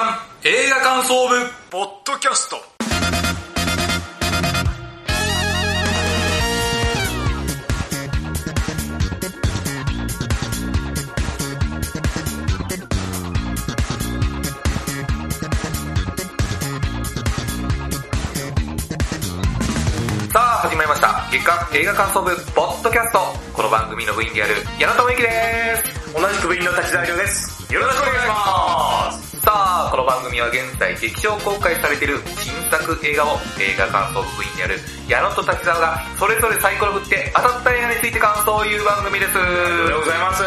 映画感想部ポッドキャストさあ始まりました月刊映画感想部ポッドキャストこの番組の部員である矢野智之です同じく部員の滝沢亮ですよろしくお願いしますさあこの番組は現在劇場公開されている新作映画を映画感想部員である矢野と滝沢がそれぞれサイコロ振って当たった映画について感想を言う番組ですありがとうございます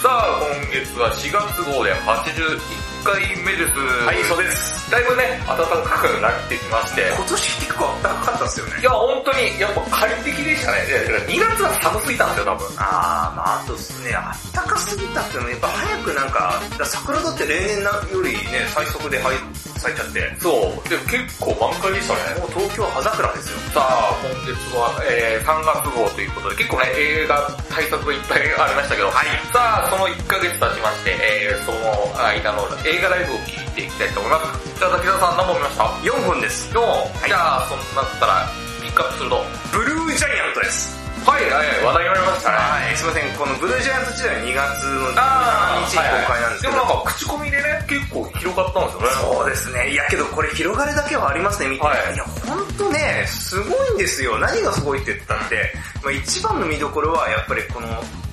さあ今月は4月号で81回目ですはいそうですだいぶね暖かくなってきまして今年結構暖かかったっすよねい。や、本当に、やっぱ快適でしたね。いやいや2月は寒すぎたんですよ、多分。あー、まああとですね、暖かすぎたっていうのはやっぱ早くなんか、だから桜だって例年なよりね、最速で咲い咲いちゃって、そう。でも結構満開でしたね。もう東京は葉桜ですよ。さあ、今月は、えー、3月号ということで、結構ね、映画対策がいっぱいありましたけど、はい。さあ、その1ヶ月経ちまして、えー、その間の映画ライブを聞いていきたいと思います。じゃあ、滝沢さん何本見ました4本です。 ?4 本。じゃあ、そんなったら、ピックアップすると。はブルージャイアントです。い、はい、話題になりましたね。はい、すいません、このブルージャイアント時代は2月のあ17日に公開なんですけど、でもなんか、口コミでね、結構広がったんですよね。そうですね。いやけどこれ広がるだけはありますね、みたいはな。いいや、ほんとね、すごいんですよ。何がすごいって言ったって、まあ、一番の見どころはやっぱりこの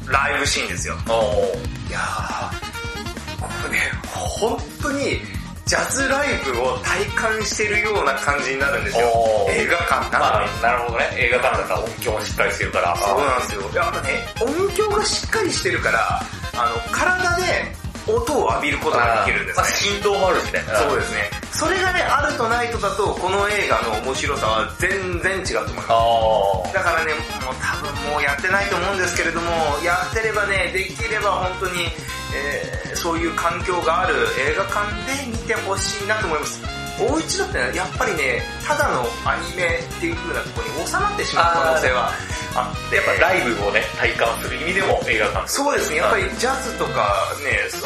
ライブシーンですよ。おーいやー、これね、本当にジャズライブを体感してるような感じになるんですよ。おー映画館なのまに。あ、なるほどね。映画館だったら音響もしっかりしてるから。そうなんですよ。やっぱね、音響がしっかりしてるから、あの、体で音を浴びることができるんですまあ、ね。振動もあるしね。そうですね。それがね、あるとないとだと、この映画の面白さは全然違うと思います。ああ。だからね、もう多分もうやってないと思うんですけれども、やってればね、できれば本当に、えーそういう環境がある映画館で見てほしいなと思います。お家だってねやっぱりね、ただのアニメっていう風なところに収まってしまう可能性はあって、やっぱライブをね、体感する意味でも映画館。そうですね、やっぱりジャズとかね、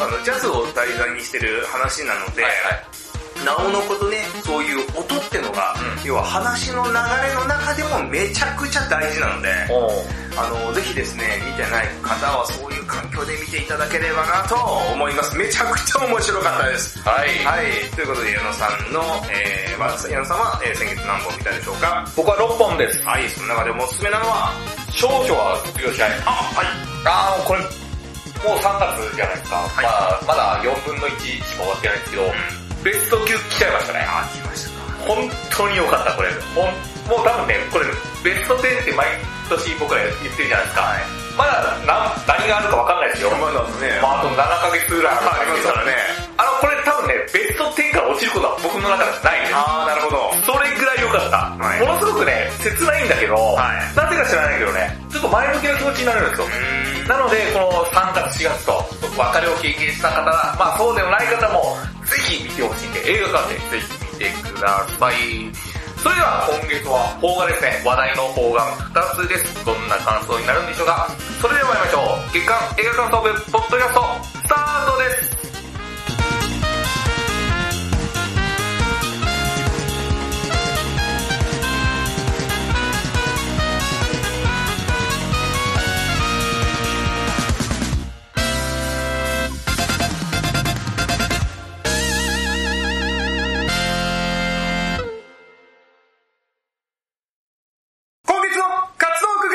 あのジャズを題材にしてる話なので、はいなおのことね、そういう音ってのが、う要は話の流れの中でもめちゃくちゃ大事なので、はい。あの、ぜひですね、見てない方はそういう環境で見ていただければなと思います。めちゃくちゃ面白かったです。はい。はい、ということで矢野さんの、えー、まあ矢野さんは、えー先月何本見たでしょうか僕は6本です。はい、その中でもおすすめなのは、少女は卒業しない。あ、はい。あーこれ、もう3月じゃないですか。いまあ、まだ4分の1しか終わってないんですけど、ベスト級来ちゃいましたね。あ、来ましたか。本当に良かった、これ。ほんもう多分ね、これ、ベスト10って毎年僕ら言ってるじゃないですか。まだ何何があるか分かんないですよ。まだね、まあ、あと7ヶ月ぐらいああるんでりますすかかね。ららね。あの、これ多分ね、ベスト10から落ちることは僕の中ではないです。あー、なるほど。それぐらい良かった、はいものすごくね、切ないんだけど、はいなぜか知らないけどね、ちょっと前向きな気持ちになれるんですよ。なので、この3月、4月と、別れを経験した方は、まあそうでもない方も、ぜひ見てほしいんで、映画館でぜひ見てください。それでは今月は邦画ですね、話題の邦画2つです。どんな感想になるんでしょうか。それでは参りましょう。月刊映画感想部、ポッドキャスト、スタートです。今月の活動曲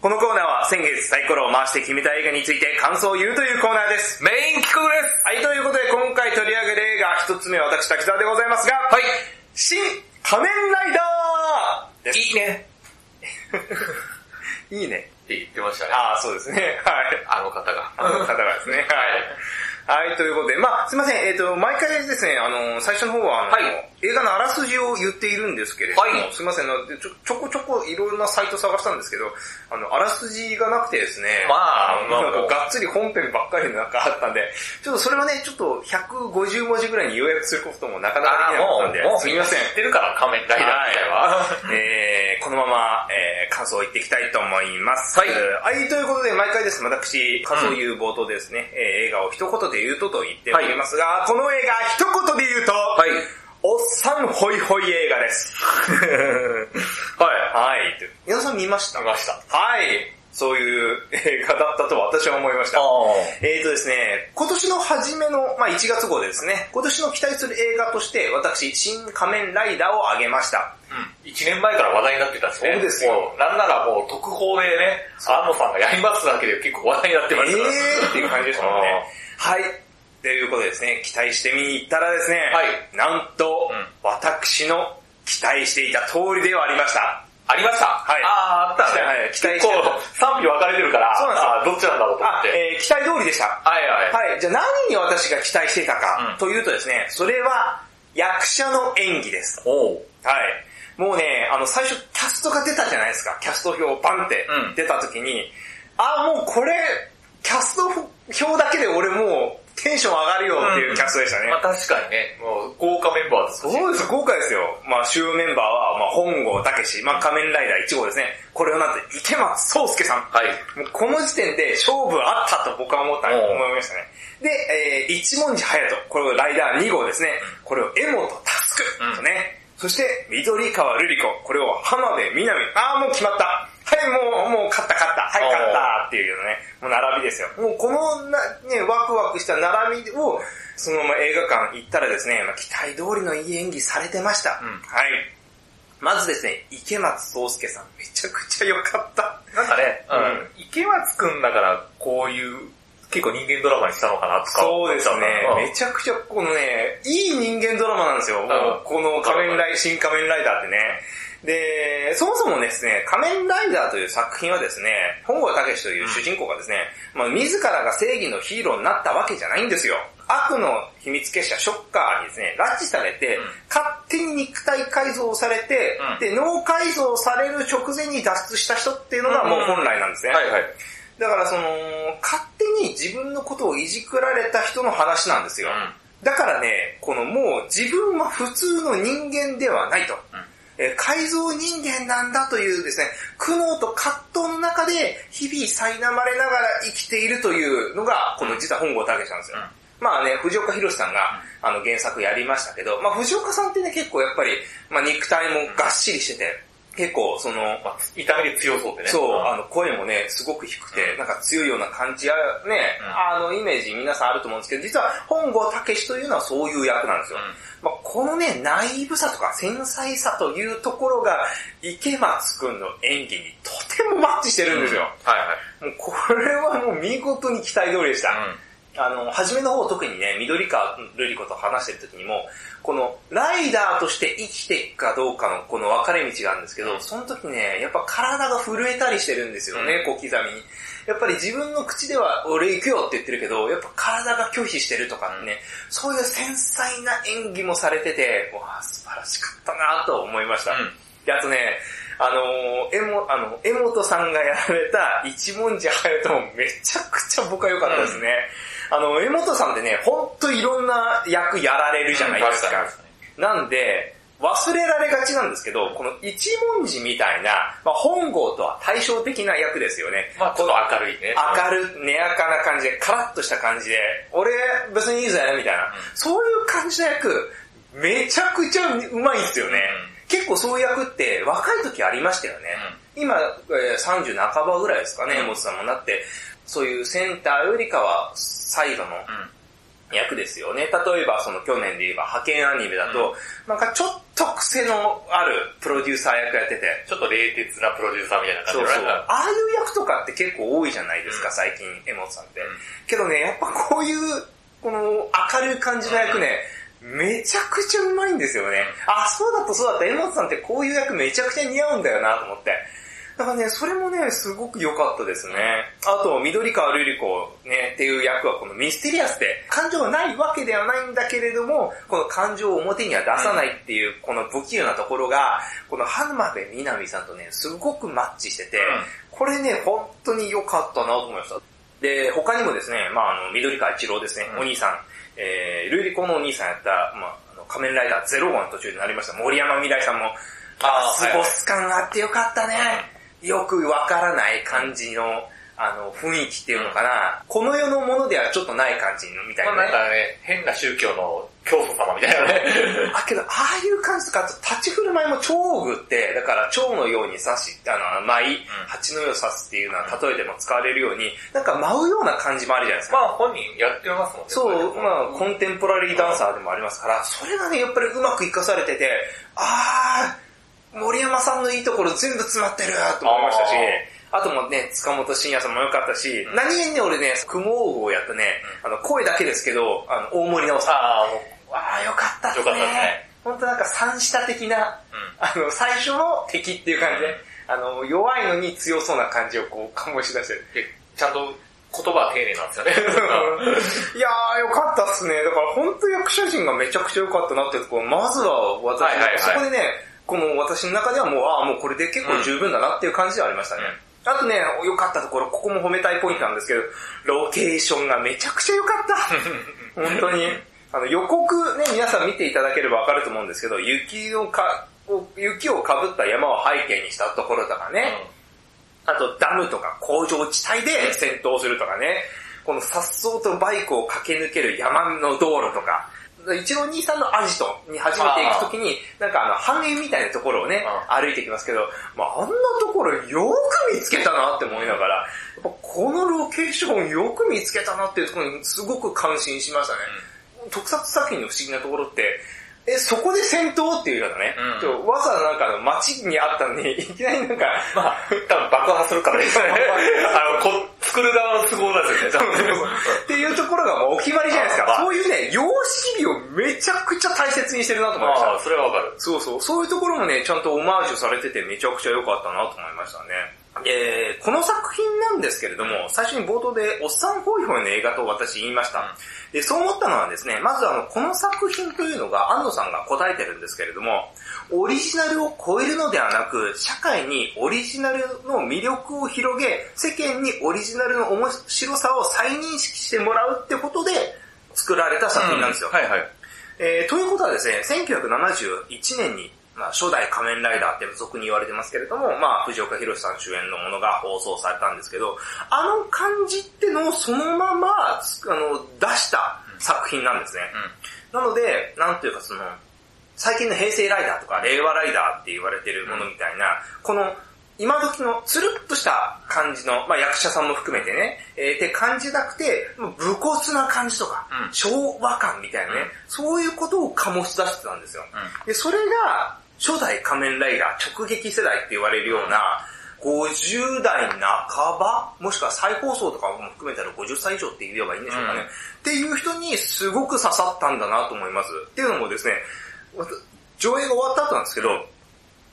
このコーナーは先月サイコロを回して決めた映画について感想を言うというコーナーです。メイン企画です。はい、ということで今回取り上げる映画一つ目は私滝沢でございますが、はい。新仮面ライダーです。いいね。いいね。って言ってましたね。ああ、そうですね。 はい。あの方が。あの方がですね。はい。はい、ということで、まあすいません、えっ、と、毎回ですね、あの、最初の方は、あの、はい映画のあらすじを言っているんですけれども、はいすいません、あのちょちょこちょこいろんなサイト探したんですけど、あの、あらすじがなくてですね、まあまあなんかがっつり本編ばっかりの中あったんで、ちょっとそれはね、ちょっと150文字ぐらいに要約することもなかなかできなかったんで、すみません。知ってるから、仮面ライダーみたいは。えこのまま、えー感想を言っていきたいと思います。はいえーはい、ということで、毎回ですね、私、感想を言う冒頭ですね、えー映画を一言で言うとと言っておりますが、この映画、一言で言うと、はい。おっさんホイホイ映画 です。はい。はい。皆さん見ました見ましたはい。そういう映画だったと私は思いました。えーとですね、今年の初めの、まあ、1月号でですね、今年の期待する映画として、私、新仮面ライダーを挙げました。 1年前から話題になってたんですね。そうですよもうなんならもう特報でね、安野さんがやりますだけで結構話題になってえますから。ーっていう感じでしたもんね。はい。ということでですね、期待して見に行ったらですね、はいなんと、うん私の期待していた通りではありました。ありましたはいあー、あったね。はい期待し結て構賛否分かれてるから、そうあなーどっちなんだろうと思っあ、て。えー期待通りでした。はいはい。はい。じゃあ何に私が期待していたかうんというとですね、それは役者の演技です。おうはい。もうね、あの、最初キャストが出たじゃないですか。キャスト表バンってうん出た時に、あ、もうこれ、キャスト表だけで俺もうテンション上がるよっていうキャストでしたね。まあ確かにね、もう豪華メンバーですしそうです、豪華ですよ。まあ、主要メンバーは、まあ、本郷武史、まあ、仮面ライダー1号ですね。これをなんて、池松壮介さん。はい。もうこの時点で勝負あったと僕は思った、おう思いましたね。で、えー、一文字隼人、これをライダー2号ですね。これを江本佑とね。そして、緑川瑠璃子、これを浜辺美波。ああ、もう決まった。はい、もう、もう勝った勝った。はい、勝ったっていうようなね、もう並びですよ。もうこのな、ね、ワクワクした並びを、そのまま映画館行ったらですね、まあ、期待通りのいい演技されてました。うんはい。まずですね、池松壮介さん、めちゃくちゃ良かった。なんかね、うんうん、池松くんだからこういう、結構人間ドラマにしたのかなとか思そうっでちすゃねう。めちゃくちゃ、このね、いい人間ドラマなんですよ。もうこの仮面ライ、新仮面ライダーってね。で、そもそもですね、仮面ライダーという作品はですね、本郷武史という主人公がですね、まあ、自らが正義のヒーローになったわけじゃないんですよ。悪の秘密結社ショッカーにですね、拉致されて、うん勝手に肉体改造されて、うんで、脳改造される直前に脱出した人っていうのがもう本来なんですね。はいはい。だからその、勝手に自分のことをいじくられた人の話なんですよ。だからね、このもう自分は普通の人間ではないと。えー改造人間なんだというですね、苦悩と葛藤の中で日々苛まれながら生きているというのが、この実は本郷武史なんですよ。まあね、藤岡弘さんが、あの原作やりましたけど、まあ藤岡さんってね、結構やっぱり、まあ肉体もがっしりしてて、結構その、まあ、痛みで強そうってね。そう、んあの、声もね、すごく低くて、うんなんか強いような感じや、ね、あの、イメージ皆さんあると思うんですけど、実は本郷武史というのはそういう役なんですよ。まあ、このね、内部さとか繊細さというところが、池松くんの演技にとてもマッチしてるんですよ。はいはい。もうこれはもう見事に期待通りでした。うんあの、初めの方特にね、緑川瑠璃子と話してる時にも、このライダーとして生きていくかどうかのこの分かれ道があるんですけど、その時ね、やっぱ体が震えたりしてるんですよね、小刻みに。やっぱり自分の口では俺行くよって言ってるけど、やっぱ体が拒否してるとかね、そういう繊細な演技もされてて、わあ素晴らしかったなと思いました。うんで、あとね、あのー、えも、あの、江本さんがやられた一文字隼人もめちゃくちゃ僕は良かったですね。あの、江本さんってね、ほんといろんな役やられるじゃないですか。確かになんで、忘れられがちなんですけど、この一文字みたいな、まあ、本郷とは対照的な役ですよね。まあちょっと明るいね。明る、ねやかな感じで、カラッとした感じで、俺別にいいぜ、みたいな。そういう感じの役、めちゃくちゃうまいんですよね。結構そういう役って若い時ありましたよね。今、えー30半ばぐらいですかね、うん江本さんもなって、そういうセンターよりかは、サイドのうん。うん。役ですよね。例えば、その去年で言えば、派遣アニメだと、なんかちょっと癖のあるプロデューサー役やってて、ちょっと冷徹なプロデューサーみたいな感じそうでそう。ああいう役とかって結構多いじゃないですか、うん最近、江本さんってうん。けどね、やっぱこういう、この明るい感じの役ね、めちゃくちゃうまいんですよね。あ、そうだったそうだった、江本さんってこういう役めちゃくちゃ似合うんだよなと思って。だからね、それもね、すごく良かったですね。あと、緑川瑠璃子ね、っていう役はこのミステリアスで、感情がないわけではないんだけれども、この感情を表には出さないっていう、この不器用なところが、この浜辺美波さんとね、すごくマッチしてて、これね、本当に良かったなと思いました。で、他にもですね、まああの、緑川一郎ですね、うんお兄さん、えー、ルイリコのお兄さんやった、まああの仮面ライダーゼロ号の途中になりました、森山未来さんも、あスボス感があってよかったね。よくわからない感じの、あの、雰囲気っていうのかな。この世のものではちょっとない感じのみたいまなあね。なんかね、変な宗教の教祖様みたいなね。あ、けど、ああいう感じとか、あと立ち振る舞いも蝶具って、だから蝶のように刺し、あの、舞い、蜂のように刺すっていうのは例えでも使われるように、なんか舞うような感じもあるじゃないです まか。あ本人やってますもんね。そう、れまあコンテンポラリーダンサーでもありますから、それがね、やっぱりうまく活かされてて、あー、森山さんのいいところ全部詰まってると思いましたし、あともね、塚本慎也さんも良かったし、ん何気にね、俺ね、雲王をやったね、あの、声だけですけど、あの、大森直さん。ああ、もう、わあよかったっすね。よかったっすね本当なんか三下的な、あの、最初の敵っていう感じで、あの、弱いのに強そうな感じをこう、醸し出してる。でちゃんと言葉は丁寧なんです よね。いやー、よかったっすね。だから本当役者陣がめちゃくちゃ良かったなっていうところ、まずは私の、はいはいはいそこでね、この私の中ではもう、ああ、もうこれで結構十分だなっていう感じではありましたね。あとね、良かったところ、ここも褒めたいポイントなんですけど、ロケーションがめちゃくちゃ良か った。本当に。あの予告ね、皆さん見ていただければわかると思うんですけど、雪をか、雪をかぶった山を背景にしたところとかね、あとダムとか工場地帯で戦闘するとかね、この颯爽とバイクを駆け抜ける山の道路とか、一郎兄さんのアジトに初めて行くときに、なんかあの、半円みたいなところをね、歩いてきますけど、まああんなところよく見つけたなって思いながら、やっぱこのロケーションよく見つけたなっていうところにすごく感心しましたね。特撮作品の不思議なところって、え、そこで戦闘っていうようなね、うわざわざなんかあの街にあったのに、いきなりなんか、まあ、多分爆破するからですね。あの、こ作る側の都合なんです よね、多分。っていうところがもうお決まりじゃないですか。あそういうね、様式美をめちゃくちゃ大切にしてるなと思いましまた。あ、それはわかる。そうそう。そういうところもね、ちゃんとオマージュされててめちゃくちゃ良かったなと思いましたね。えー、この作品なんですけれども、最初に冒頭でおっさんホイホイの映画と私言いました。で、そう思ったのはですね、まずあの、この作品というのが安野さんが答えてるんですけれども、オリジナルを超えるのではなく、社会にオリジナルの魅力を広げ、世間にオリジナルの面白さを再認識してもらうってことで、作られた作品なんですよ。はいはい。えーということはですね、1971年に、まあ、初代仮面ライダーって俗に言われてますけれども、まあ、藤岡弘さん主演のものが放送されたんですけど、あの感じってのをそのまま、つあの、出した作品なんですね。なので、なんというかその、最近の平成ライダーとか令和ライダーって言われてるものみたいな、この今時のつるっとした感じの、まあ役者さんも含めてね、えーって感じなくて、もう武骨な感じとか、うん昭和感みたいなね、うんそういうことを醸し出してたんですよ。うで、それが、初代仮面ライダー直撃世代って言われるような、50代半ばもしくは再放送とかも含めたら50歳以上って言えばいいんでしょうかね。うんっていう人にすごく刺さったんだなと思います。っていうのもですね、わた上映が終わった後なんですけど、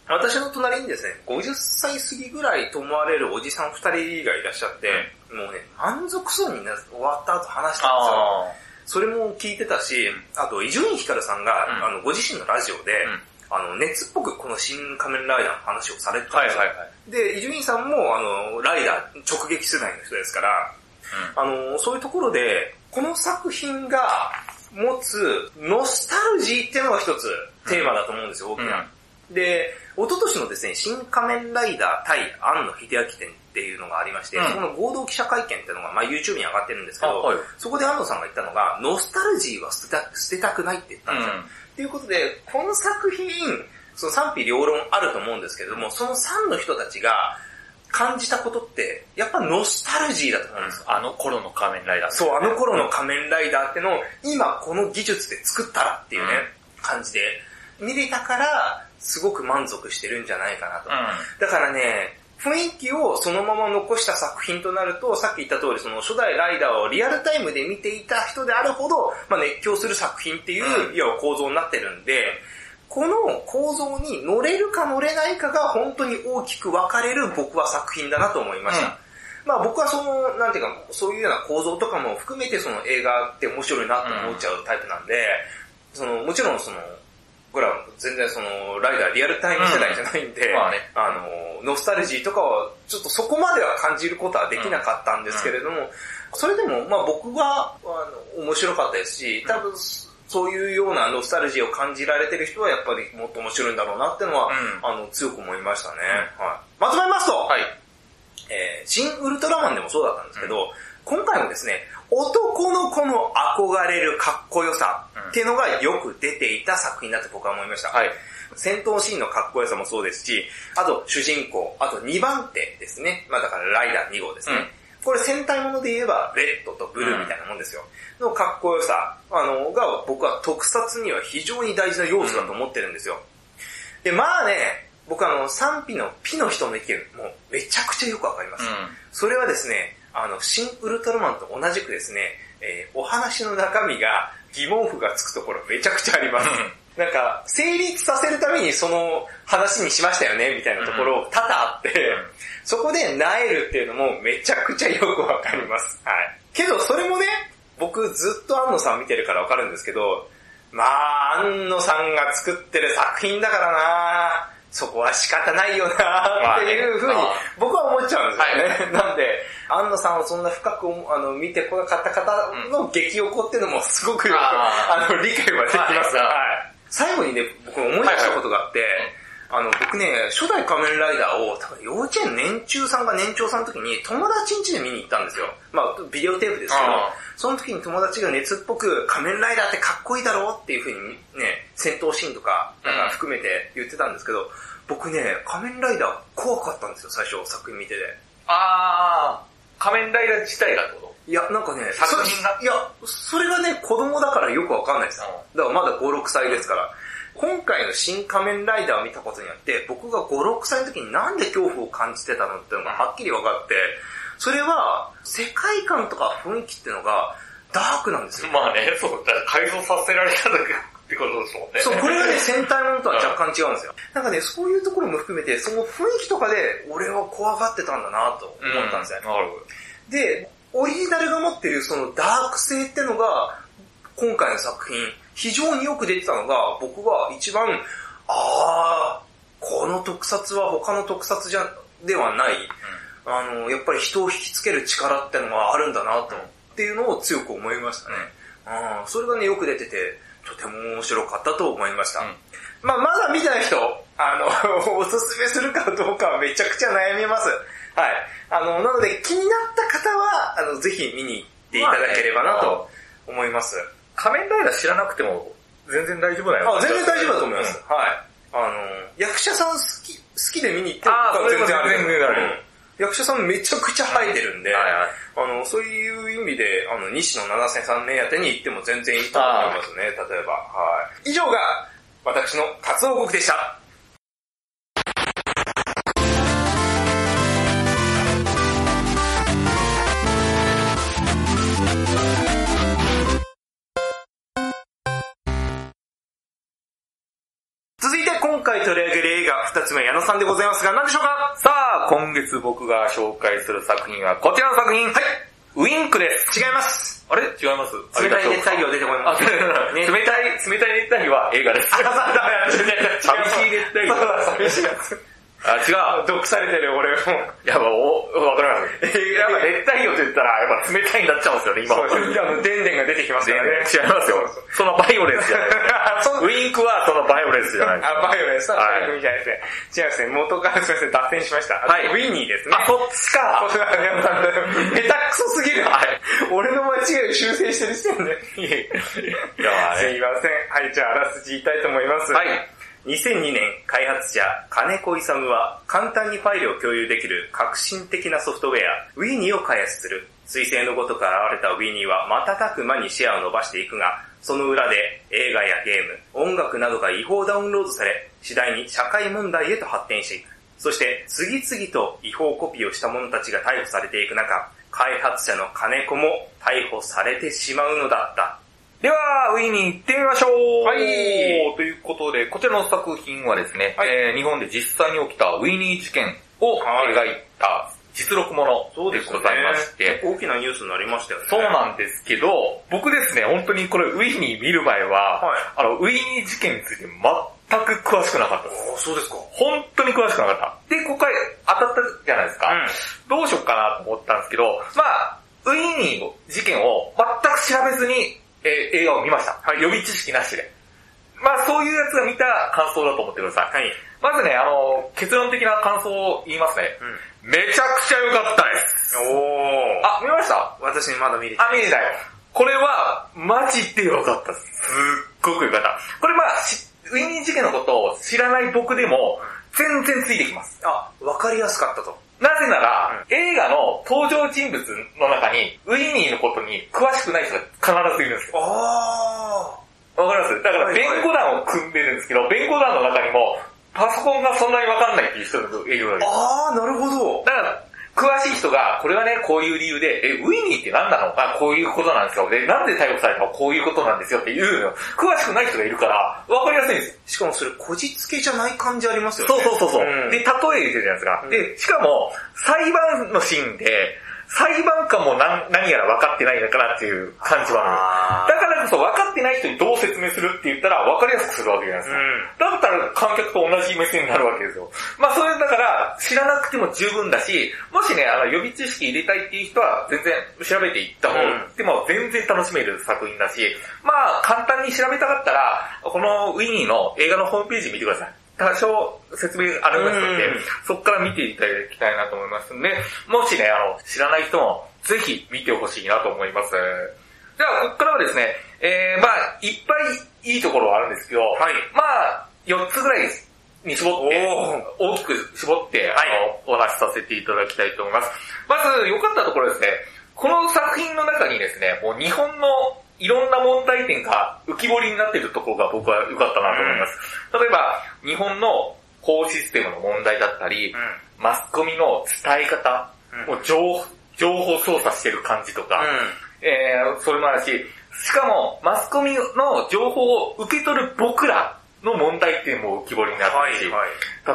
私の隣にですね、50歳過ぎぐらいと思われるおじさん2人がいらっしゃって、もうね、満足そうにな終わった後話してたんですよ。あそれも聞いてたし、あと伊集院光さんが、うんあのご自身のラジオで、あの熱っぽくこの新仮面ライダーの話をされてあ。たはんいではすいはよ。い。で、伊集院さんもあのライダー直撃世代の人ですから、あのそういうところで、この作品が持つノスタルジーっていうのが一つテーマだと思うんですよ、大きな。で、一昨年のですね、新仮面ライダー対庵野秀明展っていうのがありまして、うんそこの合同記者会見っていうのが、まあ YouTube に上がってるんですけど、あはいそこで庵野さんが言ったのが、ノスタルジーは捨てた捨てたくないって言ったんですよ。ということで、この作品、その賛否両論あると思うんですけれども、その3の人たちが感じたことって、やっぱノスタルジーだと思うんですよ。あの頃の仮面ライダー。そう、あの頃の仮面ライダーってのを、今この技術で作ったらっていうね、感じで、見れたから、すごく満足してるんじゃないかなと。だからね、雰囲気をそのまま残した作品となると、さっき言った通り、その初代ライダーをリアルタイムで見ていた人であるほど、まあ、熱狂する作品っていう、ういわば構造になってるんで、この構造に乗れるか乗れないかが本当に大きく分かれる僕は作品だなと思いました。うんまあ僕はその、なんていうか、そういうような構造とかも含めてその映画って面白いなって思っちゃうタイプなんで、その、もちろんその、僕らは全然その、ライダーリアルタイム世代じゃないんで、うんまあねあの、ノスタルジーとかは、ちょっとそこまでは感じることはできなかったんですけれども、それでも、まあ僕は、あの、面白かったですし、多分、そういうようなノスタルジーを感じられてる人はやっぱりもっと面白いんだろうなってのは、うんあの、強く思いましたね。はい。まとめますと、はい。えー新ウルトラマンでもそうだったんですけど、今回もですね、男の子の憧れるかっこよさっていうのがよく出ていた作品だと僕は思いました。はい。戦闘シーンのかっこよさもそうですし、あと主人公、あと2番手ですね。まあだからライダー2号ですね。うんこれ戦隊もので言えば、レッドとブルーみたいなもんですよ。のかっこよさ、あの、が僕は特撮には非常に大事な要素だと思ってるんですよ。で、まあね、僕あの、賛否のピの人の意見もめちゃくちゃよくわかります。それはですね、あの、新ウルトラマンと同じくですね、えーお話の中身が疑問符がつくところめちゃくちゃあります。なんか、成立させるためにその話にしましたよね、みたいなところ多々あって、そこでなえるっていうのもめちゃくちゃよくわかります。はい。けど、それもね、僕ずっと安野さん見てるからわかるんですけど、まあ、安野さんが作ってる作品だからなそこは仕方ないよなっていうふうにまあね 僕は思っちゃうんですよね。なんで、安野さんをそんな深く思うあの見てこなかった方の激おこっていうのもすごくよく、ああの理解はできまはいす。はい最後にね、僕思い出したことがあって、あの、僕ね、初代仮面ライダーを、多分幼稚園年中さんが年長さんの時に友達ん家で見に行ったんですよ。まあ、ビデオテープですけどああ、その時に友達が熱っぽく仮面ライダーってかっこいいだろうっていう風にね、戦闘シーンとか、なんか含めて言ってたんですけど、僕ね、仮面ライダー怖かったんですよ、最初作品見てて。あー、仮面ライダー自体がってこいや、なんかね、作品がそいや、それがね、子供だからよくわかんないです。だからまだ5、6歳ですから。今回の新仮面ライダーを見たことによって、僕が5、6歳の時になんで恐怖を感じてたのっていうのがはっきり分かって、それは世界観とか雰囲気っていうのがダークなんですとよ。まあね、そう、だから改造させられただけってことですもんね。そう、これがね、戦隊ものとは若干違うんですよ。なんかね、そういうところも含めて、その雰囲気とかで俺は怖がってたんだなと思ったんですよ。なるほど。で、オリジナルが持ってるそのダーク性ってのが、今回の作品、非常によく出てたのが、僕は一番、あー、この特撮は他の特撮じゃ、ではない、あの、やっぱり人を引きつける力ってのがあるんだなと、っていうのを強く思いましたね。あーそれがね、よく出てて、とても面白かったと思いました。うんまあ、まだ見てない人、あの、お すすめするかどうかはめちゃくちゃ悩みます。はい。あの、なので気になった方は、あの、ぜひ見に行っていただければなと思います。仮面ライダー知らなくても全然大丈夫だよ。あ、全然大丈夫だと思います。はい。あの、役者さん好き、好きで見に行ってもあー僕は全然あそる。れは全然あるうん役者さんめちゃくちゃ生えてるんで、はいはい。あの、そういう意味で、あの、西野七瀬さん目当てに行っても全然いいと思いますね、例えば。はい。以上が、私の活動報告でした。続いて今回取り上げる映画二つ目、矢野さんでございますが、何でしょうかさあ、今月僕が紹介する作品はこちらの作品。はい。ウインクです。違います。あれ違います冷たい熱帯魚出てこいまあす。冷たいね冷たい、冷たい熱帯魚は映画 です。あ、そうダメだ、違う違う寂しい熱帯魚。寂しいやつ。あ、違う。毒されてる俺も。やっぱ、お、わからない。やっぱ熱帯魚って言ったら、やっぱ冷たいになっちゃうんですよね、今は。そうです。あの、デンデンが出てきました全からね。 然違いますよ。そのバイオレンスじゃない。あ、そ う。ウインクはそのバイオレンスじゃない。あ、バイオレンスははいバイオレンスじゃないですね。違いますね。元からすみません、脱線しました。はいウィニーですね。あ、そっちか。そうだね下手くそすぎる。はい俺の間違いを修正してる時点で。いやあすれいません。はい、じゃああらすじ言いたいと思います。はい。 2002年、開発者、金子勇は、簡単にファイルを共有できる革新的なソフトウェア、ウィニーを開発する。彗星のごとく現れたウィニーは瞬く間にシェアを伸ばしていくが、その裏で映画やゲーム、音楽などが違法ダウンロードされ、次第に社会問題へと発展していく。そして、次々と違法コピーをした者たちが逮捕されていく中、開発者の金子も逮捕されてしまうのだった。では、ウィーに行ってみましょうはいということで、こちらの作品はですね、はいえー日本で実際に起きたウィーニー事件をはい描いた実録ものでございまして、大きなニュースになりましたよね。そうなんですけど、僕ですね、本当にこれウィーニー見る前は、はいあの、ウィーニー事件について全く詳しくなかったです。あそうですか。本当に詳しくなかった。で、今回当たったじゃないですか。どうしようかなと思ったんですけど、まあ、ウィーニーの事件を全く調べずに、えー映画を見ました。予備知識なしで。まあそういうやつが見た感想だと思ってください。はい。まずね、あの、結論的な感想を言いますね。めちゃくちゃ良かったです。おー。あ、見ました私まだ見れてあ、見えたよ。これは、マジでよかったです。すっごくよかった。これまあ、しウィニー事件のことを知らない僕でも、全然ついてきます。あ、わかりやすかったと。なぜなら、映画の登場人物の中に、ウィニーのことに詳しくない人が必ずいるんですよ。あわかりますだから、はいはい弁護団を組んでるんですけど、弁護団の中にも、パソコンがそんなにわかんないっていう人がいるわけです。ー。あー、なるほど。だから、詳しい人が、これはね、こういう理由で、え、ウィニーって何なのあ、こういうことなんですよ。で、なんで逮捕されたのこういうことなんですよって言うのよ。詳しくない人がいるから、わかりやすいんですよ。しかもそれ、こじつけじゃない感じありますよね。そうそうそうそう、んで、例えるじゃないですか。うんで、しかも、裁判のシーンで、裁判官も何何やら分かってないのかなっていう感じはあある。だからこそ分かってない人にどう説明するって言ったら分かりやすくするわけじゃないですー。か。だっん。たら観客と同じ目線になるわけですよ。まあそれだから知らなくても十分だし、もしね、あの予備知識入れたいっていう人は全然調べていった方うんでも全然楽しめる作品だし、まあ簡単に調べたかったら、このウィニーの映画のホームページ見てください。多少説明ありますのでうん、そこから見ていただきたいなと思いますんで、もしね、あの、知らない人もぜひ見てほしいなと思います。じゃあ、ここからはですね、えー、まあいっぱいいいところはあるんですけど、はい。まあ、4つぐらいに絞って、大きく絞って、あの、お話しさせていただきたいと思います。まず、良かったところですね、この作品の中にですね、もう日本のいろんな問題点が浮き彫りになっているところが僕は良かったなと思います。例えば、日本の法システムの問題だったり、うん。マスコミの伝え方、うん。もう情報情報操作してる感じとか、えー、それもあるし、しかも、マスコミの情報を受け取る僕らの問題点も浮き彫りになってるし、はい。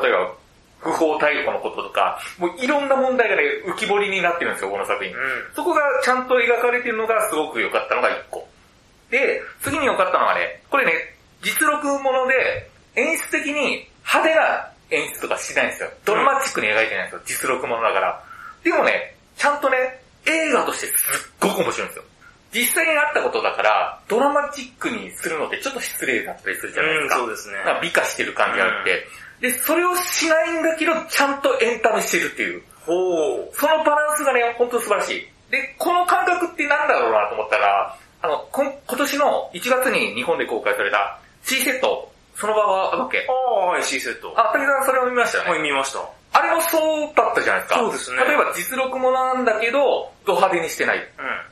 例えば、不法逮捕のこととか、もういろんな問題がね、浮き彫りになってるんですよ、この作品。うそこがちゃんと描かれてるのがすごく良かったのが1個。で、次に良かったのはね、これね、実録もので、演出的に派手な演出とかしないんですよ。ドラマチックに描いてないんですよ、実録ものだから。でもね、ちゃんとね、映画としてすっごく面白いんですよ。実際にあったことだから、ドラマチックにするのってちょっと失礼だったりするじゃないでん。うすん、か。そうですね。なんか美化してる感じがあって、で、それをしないんだけど、ちゃんとエンタメしてるっていう。ほう。そのバランスがね、本当素晴らしい。で、この感覚ってなんだろうなと思ったら、あの、こん今年の1月に日本で公開された C セット、その場はだっけああ、はい、C セット。あ、武田さんそれを見ましたよね。はい、見ました。うあれもそうだったじゃないですか。そうですね例えば実力もなんだけど、ド派手にしてない。ん。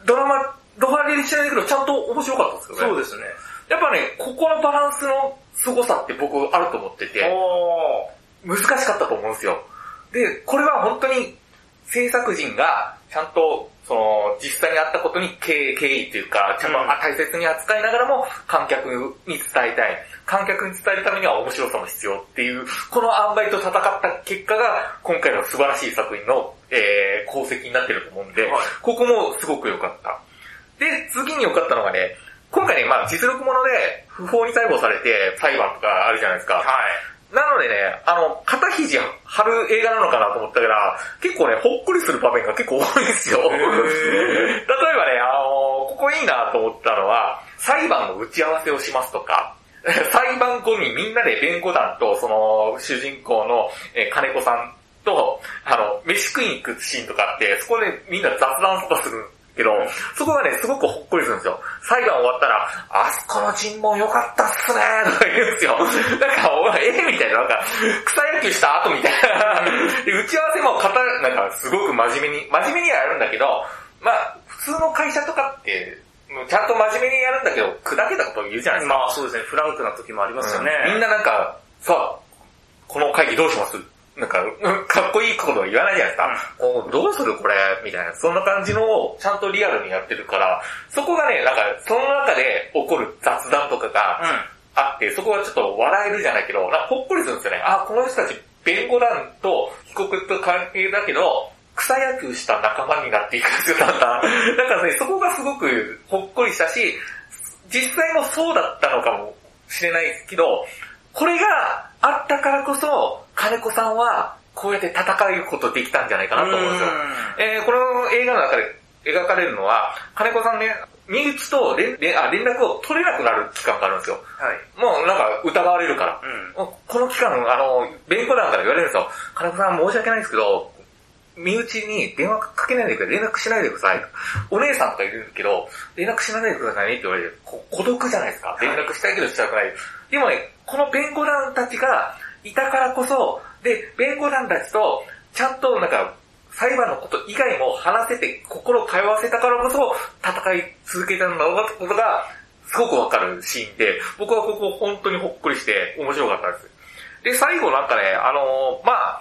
ドラマ、ド派手にしてないけど、ちゃんと面白かったですよね。そうですね。やっぱね、ここのバランスの凄さって僕あると思ってて。お難しかったと思うんですよ。で、これは本当に制作人がちゃんとその実際にあったことに敬敬意というか、ちゃんとうん大切に扱いながらも観客に伝えたい。観客に伝えるためには面白さも必要っていう、この塩梅と戦った結果が今回の素晴らしい作品の、えー功績になってると思うんで、はい ここもすごく良かった。で、次に良かったのがね、今回ね、まあ実力者で不法に逮捕されて裁判とかあるじゃないですか。ー。はい。なのでね、あの、肩肘張る映画なのかなと思ったから、結構ね、ほっこりする場面が結構多いんですよ。へー 例えばね、あの、ここいいなと思ったのは、裁判の打ち合わせをしますとか、裁判後にみんなで弁護団と、その、主人公の、えー金子さんと、あの、飯食いに行くシーンとかって、そこでみんな雑談とかするけど、そこがね、すごくほっこりするんですよ。裁判終わったら、あそこの尋問良かったっすねーとか言うんですよ。なんか、お前、ええみたいな、なんか、草野球した後みたいな。で、打ち合わせも語る、なんか、すごく真面目に、真面目にはやるんだけど、まあ、普通の会社とかって、もうちゃんと真面目にやるんだけど、砕けたことを言うじゃないですか。まあそうですね、フランクな時もありますよね。うんみんななんか、さあ、この会議どうしますなんか、うんかっこいいことは言わないじゃないですか。おどうするこれみたいな。そんな感じのをちゃんとリアルにやってるから、そこがね、なんか、その中で起こる雑談とかがあって、そこはちょっと笑えるじゃないけど、なんかほっこりするんですよね。あ、この人たち弁護団と被告と関係だけど、草野球した仲間 になっていくんですよ、だんだん。だからね、そこがすごくほっこりしたし、実際もそうだったのかもしれないですけど、これがあったからこそ、金子さんはこうやって戦うことできたんじゃないかなと思うんですよ。えーこの映画の中で描かれるのは、金子さんね、身内と連連あ連絡を取れなくなる期間があるんですよ。はい。もうなんか疑われるから。うん。もうこの期間、あの、弁護団から言われるんですよ。金子さん申し訳ないんですけど、身内に電話かけないでください。連絡しないでください。 お姉さんとかいるけど、連絡しないでくださいねって言われて、こ孤独じゃないですか。い連絡したいけどしたくない。でもね、この弁護団たちがいたからこそ、で、弁護団たちと、ちゃんとなんか、裁判のこと以外も話せて、心を通わせたからこそ、戦い続けたんだろうなってことが、すごくわかるシーンで、僕はここ本当にほっこりして面白かったです。で、最後なんかね、あのーまあ、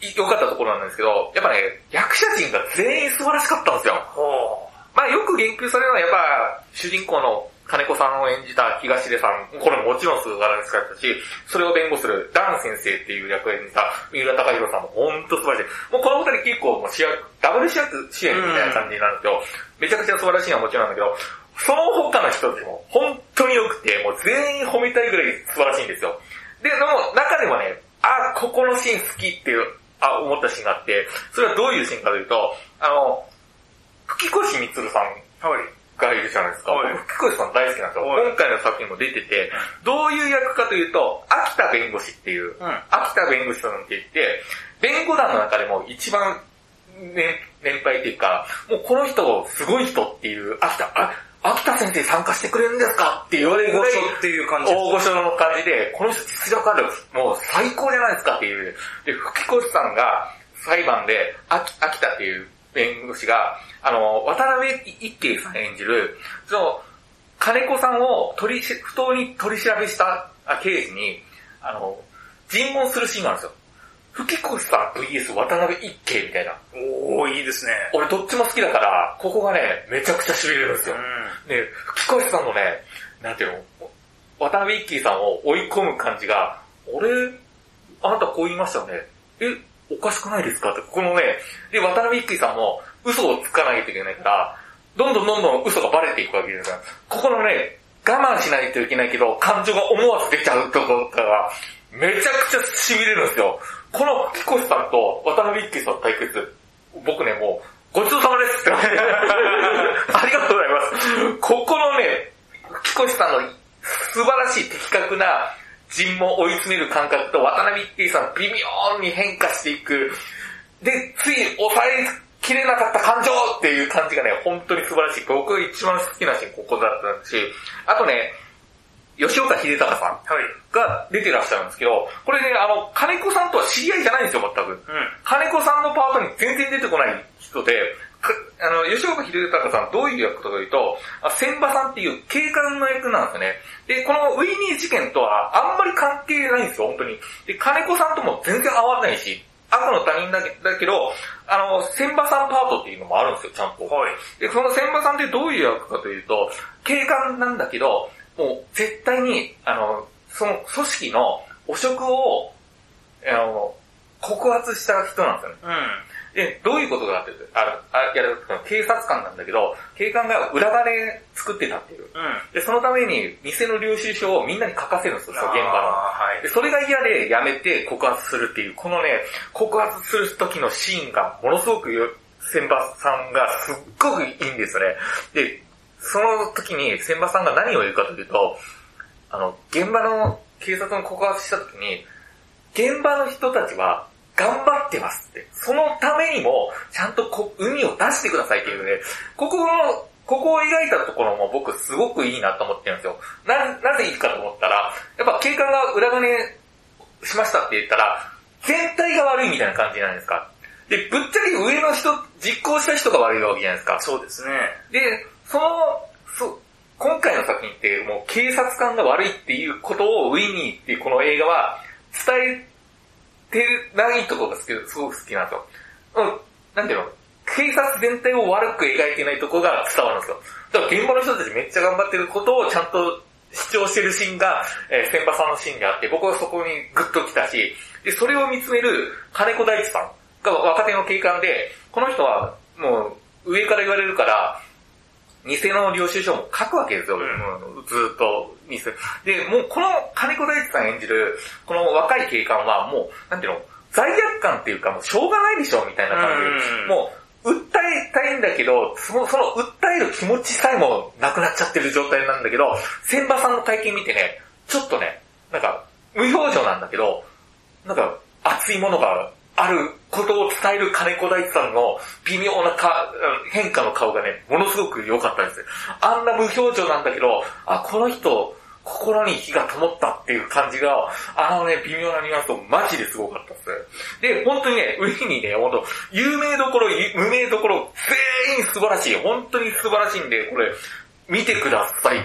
い良かったところなんですけど、やっぱね、役者陣が全員素晴らしかったんですよ。ほまあよく言及されるのはやっぱ、主人公の金子さんを演じた東出さん、これももちろん素晴らしかったし、それを弁護するダン先生っていう役を演じた三浦隆弘さんも本当素晴らしい。もうこの二人結構もう主役、ダブル主役、主役みたいな感じになるんですよ。めちゃくちゃ素晴らしいのはもちろんなんだけど、その他の人たちも本当に良くて、もう全員褒めたいぐらい素晴らしいんですよ。で、でも中でもね、あ、ここのシーン好きっていう、あ、思ったシーンがあって、それはどういうシーンかというと、あの、吹越光さんう。はい。がいるじゃないですか。はい僕、福越さん大好きなんですよ。はい今回の作品も出てて、どういう役かというと、秋田弁護士っていう、うん。秋田弁護士さんって言って、弁護団の中でも一番年年配っていうか、もうこの人、すごい人っていう、秋田、あ、秋田先生参加してくれるんですかって言われる大ぐら御い、所っていう感じです。大御所の感じで、この人実力ある、もう最高じゃないですかっていう。で、吹越さんが裁判で、秋秋田っていう弁護士が、あの、渡辺一慶さん演じる、その、金子さんを取りし、不当に取り調べしたあ刑事に、あの、尋問するシーンがあるんですよ。吹越さん VS 渡辺一慶みたいな。おー、いいですね。俺どっちも好きだから、ここがね、めちゃくちゃ痺れるんですうよん。。ね、吹越さんのね、なんていうの、渡辺一輝さんを追い込む感じが、俺、あなたこう言いましたよね。え、おかしくないですかって、ここのね、で、渡辺一輝さんも嘘をつかないといけないから、どんどんどんどん嘘がバレていくわけですから、ここのね、我慢しないといけないけど、感情が思わず出ちゃうところから、めちゃくちゃ痺れるんですよ。この木越さんと渡辺一輝さんの対決、僕ね、もう、ごちそうさまですって。 ありがとうございます。ここのね、木越さんの素晴らしい的確な尋問を追い詰める感覚と渡辺一輝さんの微妙に変化していく。で、つい抑えきれなかった感情っていう感じがね、本当に素晴らしい。僕が一番好きなシーンここだったし、あとね、吉岡秀隆さんはい。が出てらっしゃるんですけど、これね、あの、金子さんとは知り合いじゃないんですよ、全く。うん。金子さんのパートに全然出てこない人で、かあの、吉岡秀隆さんどういう役かというと、あ千葉さんっていう警官の役なんですね。で、このウィニー事件とはあんまり関係ないんですよ、本当に。で、金子さんとも全然合わないし、悪の他人だけだけど、あの、千葉さんパートっていうのもあるんですよ、ちゃんと。はい。で、その千葉さんってどういう役かというと、警官なんだけど、もう絶対に、あの、その組織の汚職を、あの、告発した人なんですよね。うん。で、どういうことがあってある、あやる警察官なんだけど、警官が裏金作ってたっていう。うん。で、そのために偽の領収書をみんなに書かせるんですよ、その現場の。あーはいで。それが嫌でやめて告発するっていう、このね、告発する時のシーンがものすごくよ、千葉さんがすっごくいいんですよね。で、その時に千葉さんが何を言うかというと、あの、現場の警察の告発した時に、現場の人たちは頑張ってますって。そのためにも、ちゃんとこ海を出してくださいっていうね、ここの、ここを描いたところも僕すごくいいなと思ってるんですよ。な、なぜいいかと思ったら、やっぱ警官が裏金しましたって言ったら、全体が悪いみたいな感じじゃないですか。で、ぶっちゃけ上の人、実行した人が悪いわけじゃないですか。そうですね。で、その、そう、今回の作品ってもう警察官が悪いっていうことをウィニーっていうこの映画は伝えてないところが好き、すごく好きなんですよ。うん、なんていうの警察全体を悪く描いてないところが伝わるんですよ。だから現場の人たちめっちゃ頑張ってることをちゃんと主張してるシーンが、えー、千葉さんのシーンであって、僕はそこにグッと来たし、で、それを見つめる金子大地さんが若手の警官で、この人はもう上から言われるから、偽の領収書も書くわけですよ、もうずーっと偽。で、もうこの金子大地さん演じる、この若い警官はもう、なんていうの、罪悪感っていうかもうしょうがないでしょ、みたいな感じでうんもう、訴えたいんだけど、その、その訴える気持ちさえもなくなっちゃってる状態なんだけど、千葉さんの会見見てね、ちょっとね、なんか、無表情なんだけど、なんか、熱いものがあることを伝える金子大地さんの微妙なかうん変化の顔がね、ものすごく良かったんですよ。あんな無表情なんだけど、あ、この人、心に火が灯ったっていう感じが、あのね、微妙なニュアンスとマジですごかったっす。で、本当にね、ウィにね、本当有名どころ、ゆ無名どころ、全員素晴らしい。本当に素晴らしいんで、これ、見てください。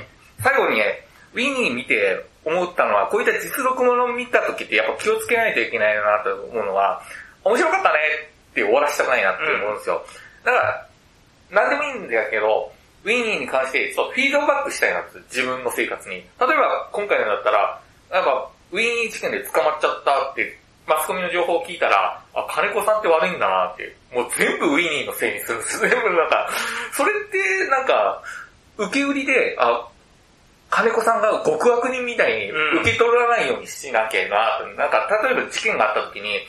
最後にね、ウィニー見て思ったのは、こういった実力ものを見た時ってやっぱ気をつけないといけないなと思うのは、面白かったねって終わらせたくないなって思うんですよ。だから、なんでもいいんだけど、ウィニーに関して、そう、フィードバックしたいなって、自分の生活に。例えば、今回のだったら、なんか、ウィニー事件で捕まっちゃったって、マスコミの情報を聞いたら、あ、金子さんって悪いんだなって、もう全部ウィニーのせいにする んです。全部なんか、それって、なんか、受け売りで、あ、金子さんが極悪人みたいにうん受け取らないようにしなきゃなって、なんか、例えば事件があった時に、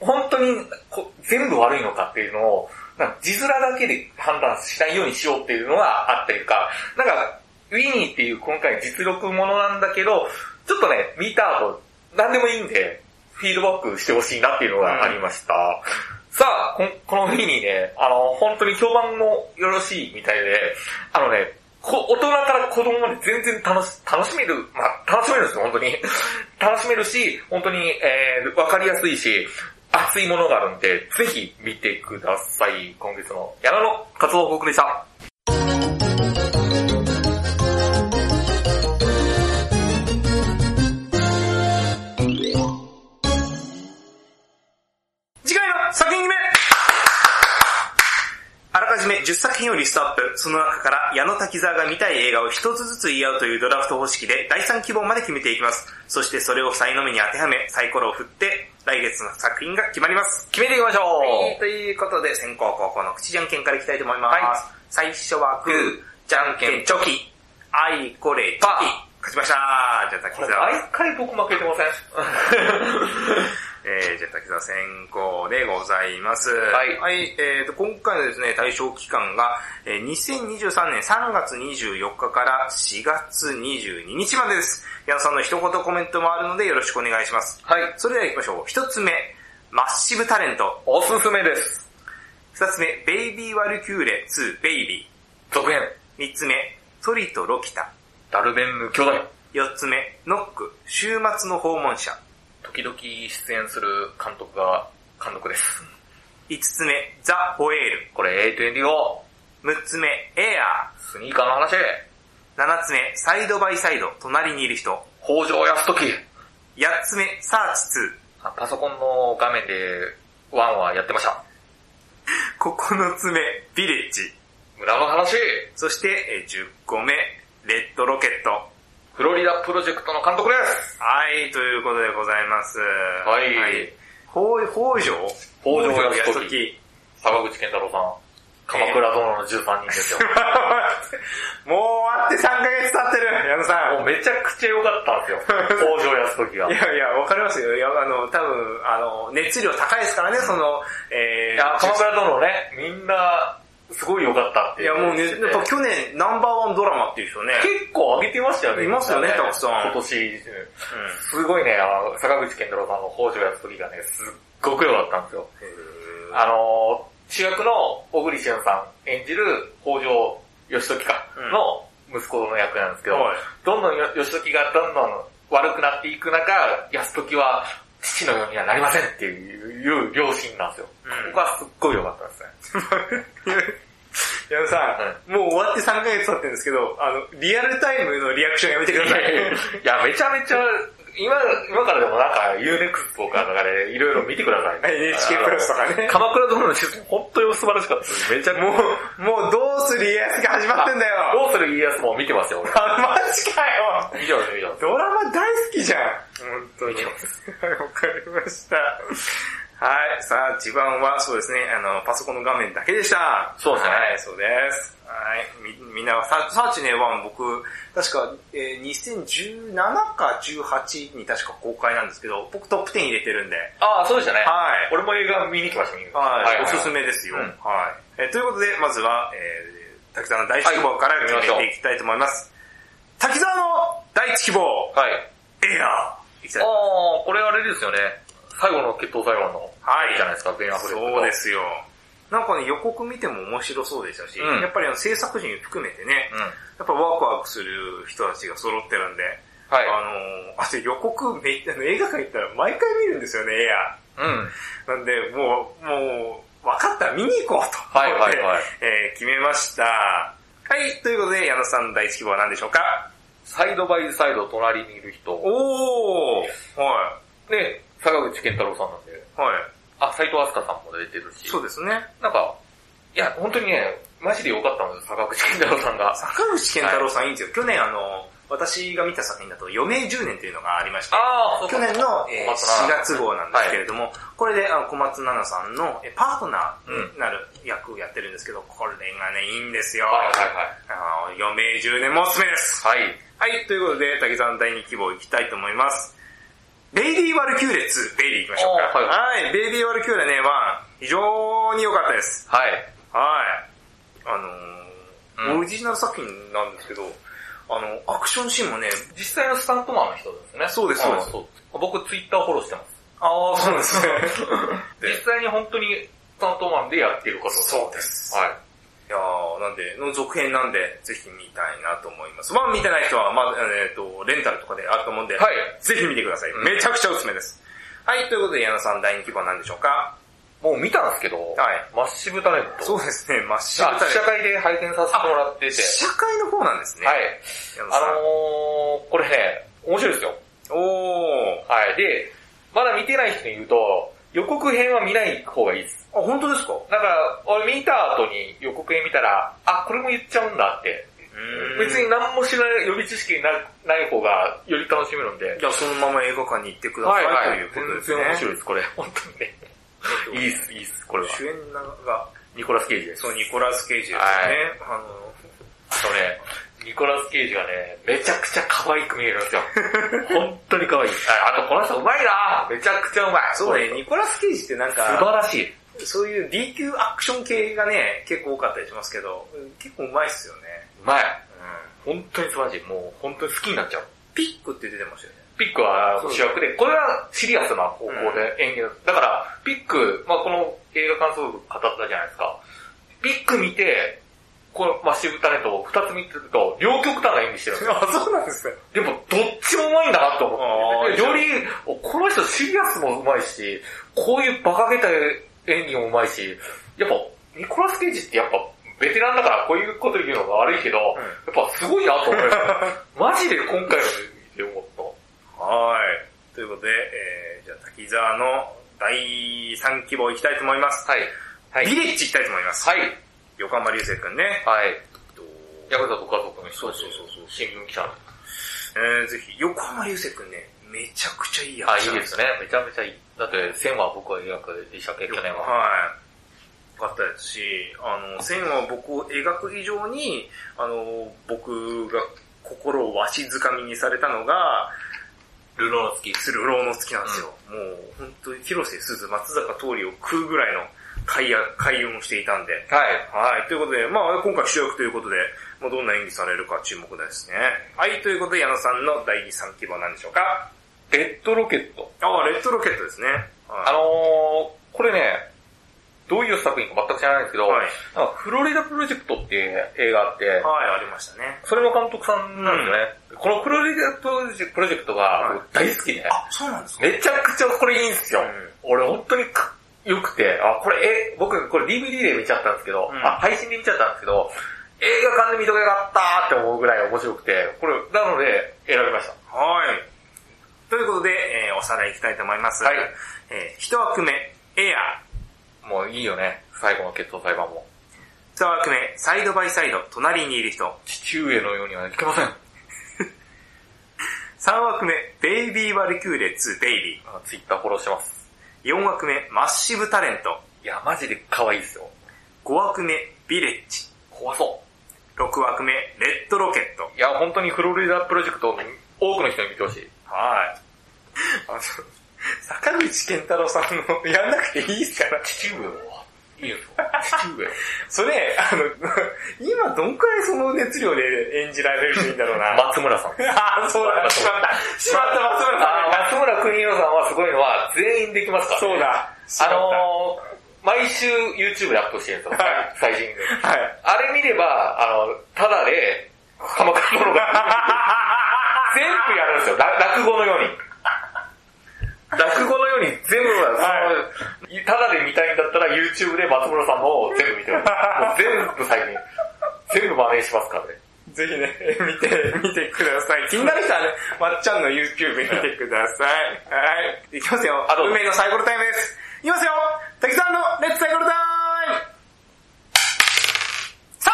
本当にこ全部悪いのかっていうのを、なんか字面だけで判断しないようにしようっていうのはあったりとか、なんか、ウィニーっていう今回実力ものなんだけど、ちょっとね、見た後、なんでもいいんで、フィードバックしてほしいなっていうのがありました。さあ、こんこのウィニーね、あの、本当に評判もよろしいみたいで、あのね、こ大人から子供まで全然楽し、楽しめる、まあ、楽しめるんですよ、本当に。 楽しめるし、本当に、えー、わかりやすいし、熱いものがあるんで、ぜひ見てください。今月の矢野の活動報告でした。次回の作品決めあらかじめ10作品をリストアップ、その中から矢野滝沢が見たい映画を一つずつ言い合うというドラフト方式で第3希望まで決めていきます。そしてそれを才の目に当てはめ、サイコロを振って、来月の作品が決まります。決めていきましょう、はいということで、先攻後攻の口じゃんけんからいきたいと思います。はい最初はグー、じゃんけんチョキ、あいこれ、パー。勝ちましたじゃあ滝これ沢。毎回僕負けてません えー、じゃあ滝沢先行でございます。はいえーと、今回のですね、対象期間が、えー2023年3月24日から4月22日までです。矢野さんの一言コメントもあるのでよろしくお願いします。 はい。それでは行きましょう。一つ目、マッシブタレント。おすすめです。二つ目、ベイビーワルキューレ2ベイビー。続編、三つ目、トリとロキタ。ダルベンヌ兄弟。四つ目、ノック、週末の訪問者。時々出演する監督が監督です。五つ目、ザ・ホエール。これ A24、六つ目、エアスニーカーの話、ー。七つ目、サイドバイサイド、隣にいる人。北条泰時。八つ目、サーチあパソコンの画面でワンはやってました。 2。九つ目、ビレッジ。村の話、そして、えー十個目、レッドロケット。フロリダプロジェクトの監督です。はい、ということでございます。はい。ほう北条北条泰時泰時。坂口健太郎さん、鎌倉殿の13人ですよ。 もう終わって3ヶ月経ってる、矢野さん。もうめちゃくちゃ良かったんですよ。北条泰時が。いやいや、わかりますよ。いや、あの、多分あの、熱量高いですからね、その、えー、いや、鎌倉殿のね、みんな、すごい良かったっていいうや、もうね、言ってやてっぱ去年ナンバーワンドラマっていう人ね。結構上げてましたよね。いますよねみたくさん今年、すごいね、あの、坂口健太郎さんの北条泰時がね、すっごく良かったんですよ。うん。あのー、主役の小栗旬さん演じる北条義時かうんの息子の役なんですけど、はいどんどんよ義時がどんどん悪くなっていく中、安時は父のようにはなりませんっていういう両親なんですよ。うんここはすっごい良かったですね。矢野さん、もう終わって3ヶ月経ってるんですけど、あの、リアルタイムのリアクションやめてください。。いや、めちゃめちゃ、今、今からでもなんか UNEXT とかなんかでいろいろ見てください NHK プラスとかね。鎌倉殿のシーズン、本当に素晴らしかったです。めちゃもう、もう、どうする家康が始まってんだよ。どうする家康も見て ますよ、俺。あ、マジかよ。見てます、見てます。ドラマ大好きじゃん。本当に。 わかりました。はい。さあ、地盤はそうですね、あの、パソコンの画面だけでした。そうですねはい、そうです。はみみんな、ササーチネ1僕、確か、えー2017か18に確か公開なんですけど、僕トップ10入れてるんで、ああ、そうでしたね。はい。俺も映画見に来ました、見に来ましたはい、おすすめですよ。うんはい。えーということで、まずは、えー、滝沢の第一希望からはい決めていきたいと思います。滝沢の第一希望、はい。エアーいきたいあと思いあ、これあれですよね。最後の決闘裁判の、ます。はいいいじゃないですか、ベン・アフレックとそうで。すよ。なんかね、予告見ても面白そうでしたし、うんやっぱりあの制作陣含めてね、うん。やっぱワクワクする人たちが揃ってるんで、はい。あのー、あと予告め、あの映画館行ったら毎回見るんですよね、エうん。ア。なんで、もう、もう、分かった、見に行こうと。はいはいい。はい。えー決めました。はい、ということで、矢野さんの第一希望は何でしょうかサイドバイサイド隣にいる人。おーはで、坂口健太郎さんなんで。い、はい。あ、斎藤飛鳥さんも出てるし。そうですね。なんか、いや、本当にね、マジで良かったんですよ、坂口健太郎さんが。坂口健太郎さんいいんですよ。去年あの、私が見た作品だと、余命10年っていうのがありまして、ああ、そう去年の、えー小松菜4月号なんですけれども、これであの小松菜奈さんのえーパートナーになる役をやってるんですけど、これがね、いいんですよ。はいあの余命10年もおすすめです。はいはい。はい。はい、ということで、滝沢の第2希望いきたいと思います。ベイリー・ワルキューレ2、ベイリーいきましょうか。あーはい、ベイリー・ワルキューレね、1、非常に良かったです。はい。はい。あのーうんオリジナル作品なんですけど、あの、アクションシーンもね、実際のスタントマンの人ですね。そうですそうですん僕ツイッターフォローしてます。ああ、そうなんですね。実際に本当にスタントマンでやってる方そうです。はい。いやーなんで、の続編なんで、ぜひ見たいなと思います。まあ見てない人は、まあ、えっ、と、レンタルとかであると思うんで、はい。ぜひ見てください。うんめちゃくちゃおすすめです。はい、ということで、矢野さん第2希望なんでしょうかもう見たんですけど、はいマッシブタレント。そううですね、マッシュあ、タ試写会で拝見させてもらってて。試写会の方なんですね。はい。。矢野あさん。のー、これね、面白いですよ。おー。はい。で、まだ見てない人に言うと、予告編は見ない方がいいです。あ、本当ですかだから、俺見た後に予告編見たら、あ、これも言っちゃうんだって。別に何も知らない予備知識なない方がより楽しめるんで。じゃあそのまま映画館に行ってください、ということですね。全然面白いです、これ。本当にね。いいっす、いいっす、これは。主演なが、ニコラス・ケイジです。そう、ニコラス・ケイジですね。あの、あのね、ニコラス・ケイジがね、めちゃくちゃ可愛く見えるんですよ。本当に可愛い。ああと、この人うまいなめちゃくちゃうまい。そうね、これニコラス・ケイジってなん素か、晴らしい。そういう B 級アクション系がね、結構多かったりしますけど、結構うまいっすよね。うまい。うん本当に素晴らしい。もう本当に好きになっちゃう。ピックって出てましたよね。ピックは主役で、これはシリアスな方向で演技だだから、ピック、まあこの映画感想部語ったじゃないですか。ピック見て、このマッシブタレントを二つ見てると、両極端な演技してるんです よ。あ、そうなんですね。でも、どっちもうまいんだなと思って。あーより、この人シリアスもうまいし、こういう馬鹿げた演技もうまいし、やっぱ、ニコラス・ケイジってやっぱ、ベテランだからこういうこと言うのが悪いけど、やっぱすごいなと思 いました。マジで今回ので思った。はい。ということで、えー、じゃあ滝沢の第3希望いきたいと思います。はい。はいビレッジいきたいと思います。はい。横浜流星くんね。はい。とヤクザと家族の人そうそうそうそう新聞記者の。えー、ぜひ、横浜流星くんね、めちゃくちゃいい役あ、い者いなんですね。めちゃめちゃいい。だって、線は僕は予約でしたっけ、去年 は。はい。よかったですし、あの、線は僕を描く以上に、あの、僕が心をわしづかみにされたのが、ルロの月。鶴郎の好きなんですよ。もう、本当に広瀬すず、松坂桃李を食うぐらいの開運開運をしていたんで。はい。はい。ということで、まあ今回主役ということで、まあ、どんな演技されるか注目ですね。はい。ということで、矢野さんの第3希望なんでしょうかレッドロケット。ああ、レッドロケットですね。あはのー、これね、どういう作品か全く知らないんですけい。ど、はい。なんかフロリダプロジェクトっていう映画あって、はい、ありましたね。それの監督さんなんですよね。このフロリダプロジェプロジェクトがはい僕大好きで、あ、そうなんですかめちゃくちゃこれいいんですよ。うん俺本当にか良くて、あ、これ、え、僕これ DVD で見ちゃったんですけど、うんあ、配信で見ちゃったんですけど、映画館で見とけよかったーって思うぐらい面白くて、これ、なので選びました。はい。ということで、えーおさらいいきたいと思います。はいえー一枠目、エアもういいよね、最後の決闘裁判も。二枠目、サイドバイサイド、隣にいる人。父上のようにはいけません。三枠目、ベイビーバルキューレ2ベイビー。ツイッターフォローしてます。四枠目、マッシブタレント。いや、マジで可愛いですよ。五枠目、ビレッジ。怖そう。 6枠目、レッドロケット。いや、本当にフロリダプロジェクトを多くの人に見てほしい。はい。あの坂口健太郎さんのやんなくていいっすから。父上はいいんですか父上 それ、あの、今どんくらいその熱量で演じられるといいんだろう な。松村さん。ああ、そうだ、しまった。しまった、松村さんが。松村邦洋さんはすごいのは全員できますから、ね。そう。だ。あのー、毎週 YouTube でアップしてるんですよはい。最新で。ー、はい。 あれ見れば、あの、ただで、鎌倉物語。 全部やるんですよ。ら落語のように。落語のように全部は、その、ただで見たいんだったら YouTube で松村さんも全部 見てる。もう全部最近。全部真似しますからね。ぜひね、見て、見てください。気になる人はね、まっちゃんの YouTube 見てください。はい。いきますよ。あどうぞ運命のサイコロタイムです。いきますよ滝さんのレッツサイコロタイム !3!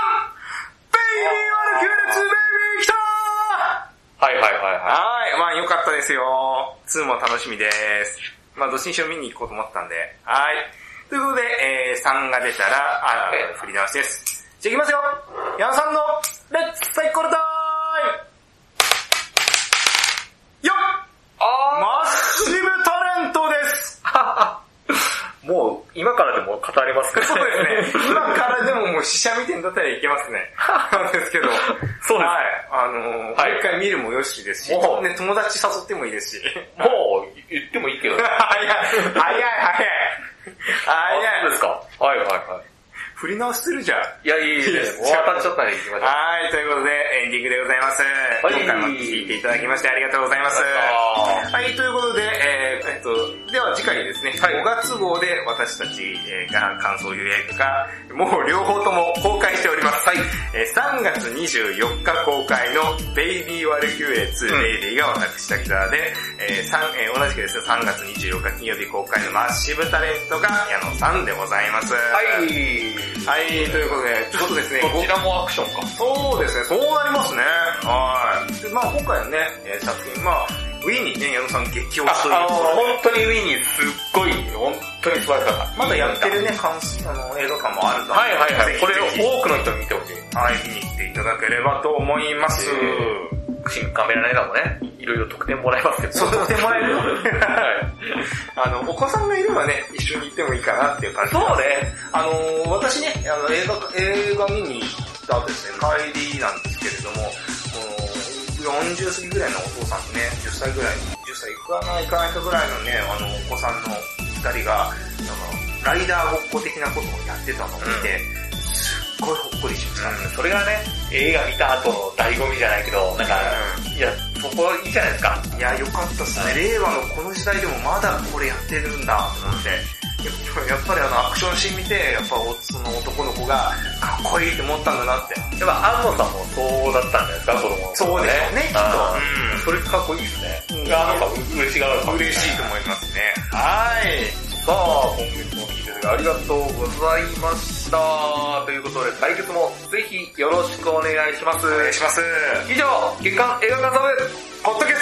ベイビーワルキューレッツベイビー来たはいはいはいーははい。まあ良かったですよ。2も楽しみです。まあどっちにしろ見に行こうと思ったんで。はい。ということで、えー、3が出たら、あええ振り直しです。じゃあ行きますよ矢野さんのレッツサイコロタイい。ムよっあマッシブタレントです もう、今からでも語れますけどそうですね。今からでももう死者見てんだったらいけますね。なんですけど。そうですはい。あのーはいもう一回見るもよしですし、おうね、友達誘ってもいいですし。もう、言ってもいいけど。 早い早い早いあそう早でいすか。はいはいは振り直してるじゃん。い。いや、いいですね。もう当たっちゃったんで行きましょう。はい、ということでエンディングでございます。い今回も聞いていただきましてありがとうございます。はい、ということで、えーえっと、では次回ですね、5月号で私たちえーが感想を言う映画が、もう両方とも公開しております。はい、えー3月24日公開のベイビーワルキューレ2、んベイビーが私滝沢で、えー三えー同じくですね、3月24日金曜日公開のマッシブタレントが矢野さんでございます。はい。はい、ということで、ちょっと ですね、こちらもアクションか。そうですね、そうなりますね。はい。で、まあ今回のね、えー作品、まあウィーンにね、矢野さん激推しということあの、で、本当にウィーンにすっごい、本当に素晴らしかった。まだやってるね、関数あの映画館もあると思うはいはいはぜい。ひこぜれをひ多くの人に見てほしい。はい、見に来ていただければと思います。新カメラライダーもね、いろいろ得点もらえますけど。そう、撮ってもらえるはい。あの、お子さんがいればね、一緒に行ってもいいかなっていう感じ。そうね。あのー私ね、あの映画、映画見に行ったですね、帰りなんですけれども、この40過ぎぐらいのお父さんとね、10歳ぐらい、10歳いかないかないかぐらいのね、あの、お子さんの二人が、なんかライダーごっこ的なことをやってたのを見て、すっごいほっこりしました。うんそれがね、映画見た後の醍醐味じゃないけど、なんか、いや、そこいいじゃないですか。いや、よかったっすね。令和のこの時代でもまだこれやってるんだと思って。やっぱりあの、アクションシーン見て、やっぱおその男の子がかっこいいって思ったんだなって。やっぱ、安野さんもそうだったんじゃないですか、子供の頃そうでしょうね、きっと。うんそれかっこいいですね。うん安野さん、嬉しがるかも嬉しいと思いますね。はい。さあ、今月も聞いてくれてありがとうございました。ということで、来月もぜひよろしくお願いします。お願いします。以上、月刊映画感想部、ポッドキャ